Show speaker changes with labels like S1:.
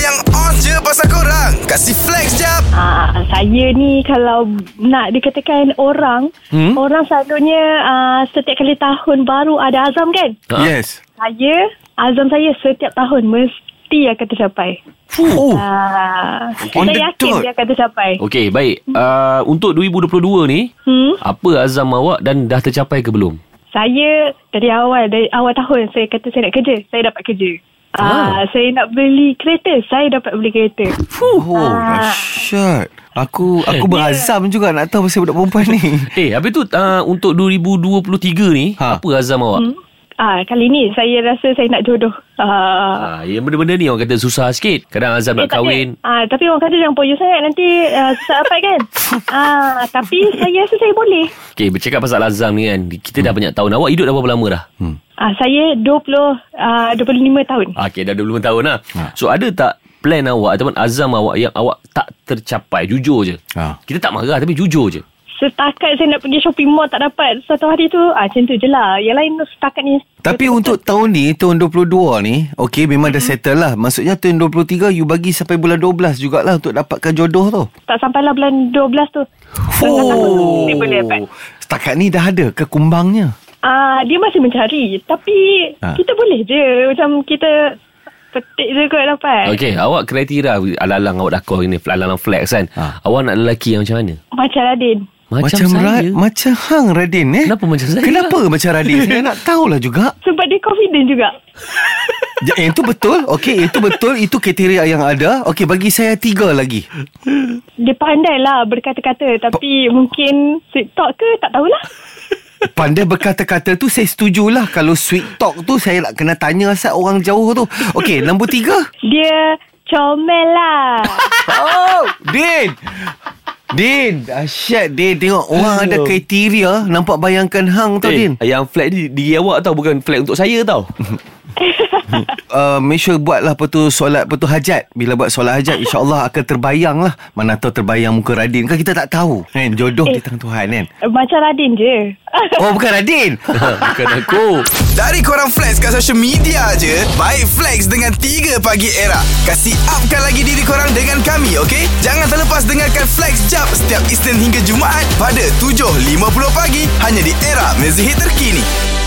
S1: yang on je pasal korang Kasih flex jap
S2: Ah, saya ni kalau nak dikatakan orang, hmm? orang selalunya ah, setiap kali tahun baru ada azam kan?
S3: Ah.
S4: Yes.
S2: Saya, azam saya setiap tahun mesti akan tercapai.
S4: Oh.
S2: Ah,
S4: On the
S2: saya yakin
S4: dot. Oh.
S2: dia akan tercapai.
S3: Okey, baik. Uh, untuk 2022 ni,
S2: Hmm?
S3: apa azam awak dan dah tercapai ke belum?
S2: Saya dari awal, dari awal tahun saya kata saya nak kerja, saya dapat kerja. Ah, saya nak beli kereta, saya dapat beli kereta.
S4: Fuh. Oh, dahsyat. Aku aku berazam juga nak tahu pasal budak perempuan ni.
S3: Eh, habis tu uh, untuk 2023 ni,
S4: Ha.
S3: apa azam awak? Hmm.
S2: Ah, kali ni saya rasa saya nak jodoh. Ah,
S3: Uh, yang benda-benda ni orang kata susah sikit. Kadang azam nak
S2: Eh, tak
S3: kahwin.
S2: ada. Ah, tapi orang kata jangan poyo sangat nanti uh, susah dapat kan. ah, tapi saya rasa saya boleh.
S3: Okey, bercakap pasal azam ni kan, kita dah banyak tahun. Awak hidup dah berapa lama dah?
S2: Ah, saya 20 ah, 25 tahun.
S3: Ah, Okey, dah 25 tahun lah. So, ada tak plan awak ataupun azam awak yang awak tak tercapai? Jujur je.
S4: Ha.
S3: Kita tak marah tapi jujur je.
S2: Setakat saya nak pergi shopping mall tak dapat satu hari tu. Ah, macam tu je lah. Yang lain setakat ni.
S4: Tapi untuk tahun ni Tahun 22 ni Okay memang dah settle lah Maksudnya tahun 23 You bagi sampai bulan 12 jugalah Untuk dapatkan jodoh tu
S2: Tak sampailah bulan 12 tu. Tengah tahun tu mesti boleh dapat.
S4: Setakat ni dah ada ke kumbangnya
S2: Ah, dia masih mencari. Tapi
S4: Ah.
S2: kita boleh je. Macam kita petik je kot dapat.
S3: Okey, awak kriteria alang-alang awak dah call ni, alang-alang flex kan.
S4: Ha.
S3: Awak nak lelaki yang macam mana?
S2: Macam Radin.
S3: Macam, macam saya.
S4: Ra- Macam Hang Radin eh
S3: Kenapa macam saya?
S4: Kenapa macam Radin Saya nak tahulah juga
S2: Sebab dia confident juga.
S4: Ya, Yang itu betul Okay itu betul Itu kriteria yang ada Okay bagi saya tiga lagi
S2: Dia pandai lah berkata-kata Tapi mungkin sweet talk ke tak tahulah
S4: Pandai berkata-kata tu Saya setujulah Kalau sweet talk tu Saya nak kena tanya Asal orang jauh tu Okay nombor tiga
S2: Dia comel lah
S4: Oh Din Din Asyad Din Tengok orang ada kriteria Nampak bayangkan hang
S3: Eh.
S4: tau Din
S3: yang flat ni diri awak tau bukan flat untuk saya tau.
S4: uh, Make sure buat lah Lepas tu solat Lepas tu hajat Bila buat solat hajat InsyaAllah akan terbayang lah Mana tahu terbayang muka Radin Kan kita tak tahu kan? Jodoh eh. di tangan Tuhan kan
S2: Macam Radin je
S4: Oh bukan Radin
S3: bukan aku.
S1: Dari korang flex kat social media je Baik flex dengan 3 pagi era Kasih upkan lagi diri korang dengan kami okay? Jangan terlepas dengarkan flex jap Setiap Isnin hingga Jumaat Pada 7.50 pagi Hanya di era mezihit terkini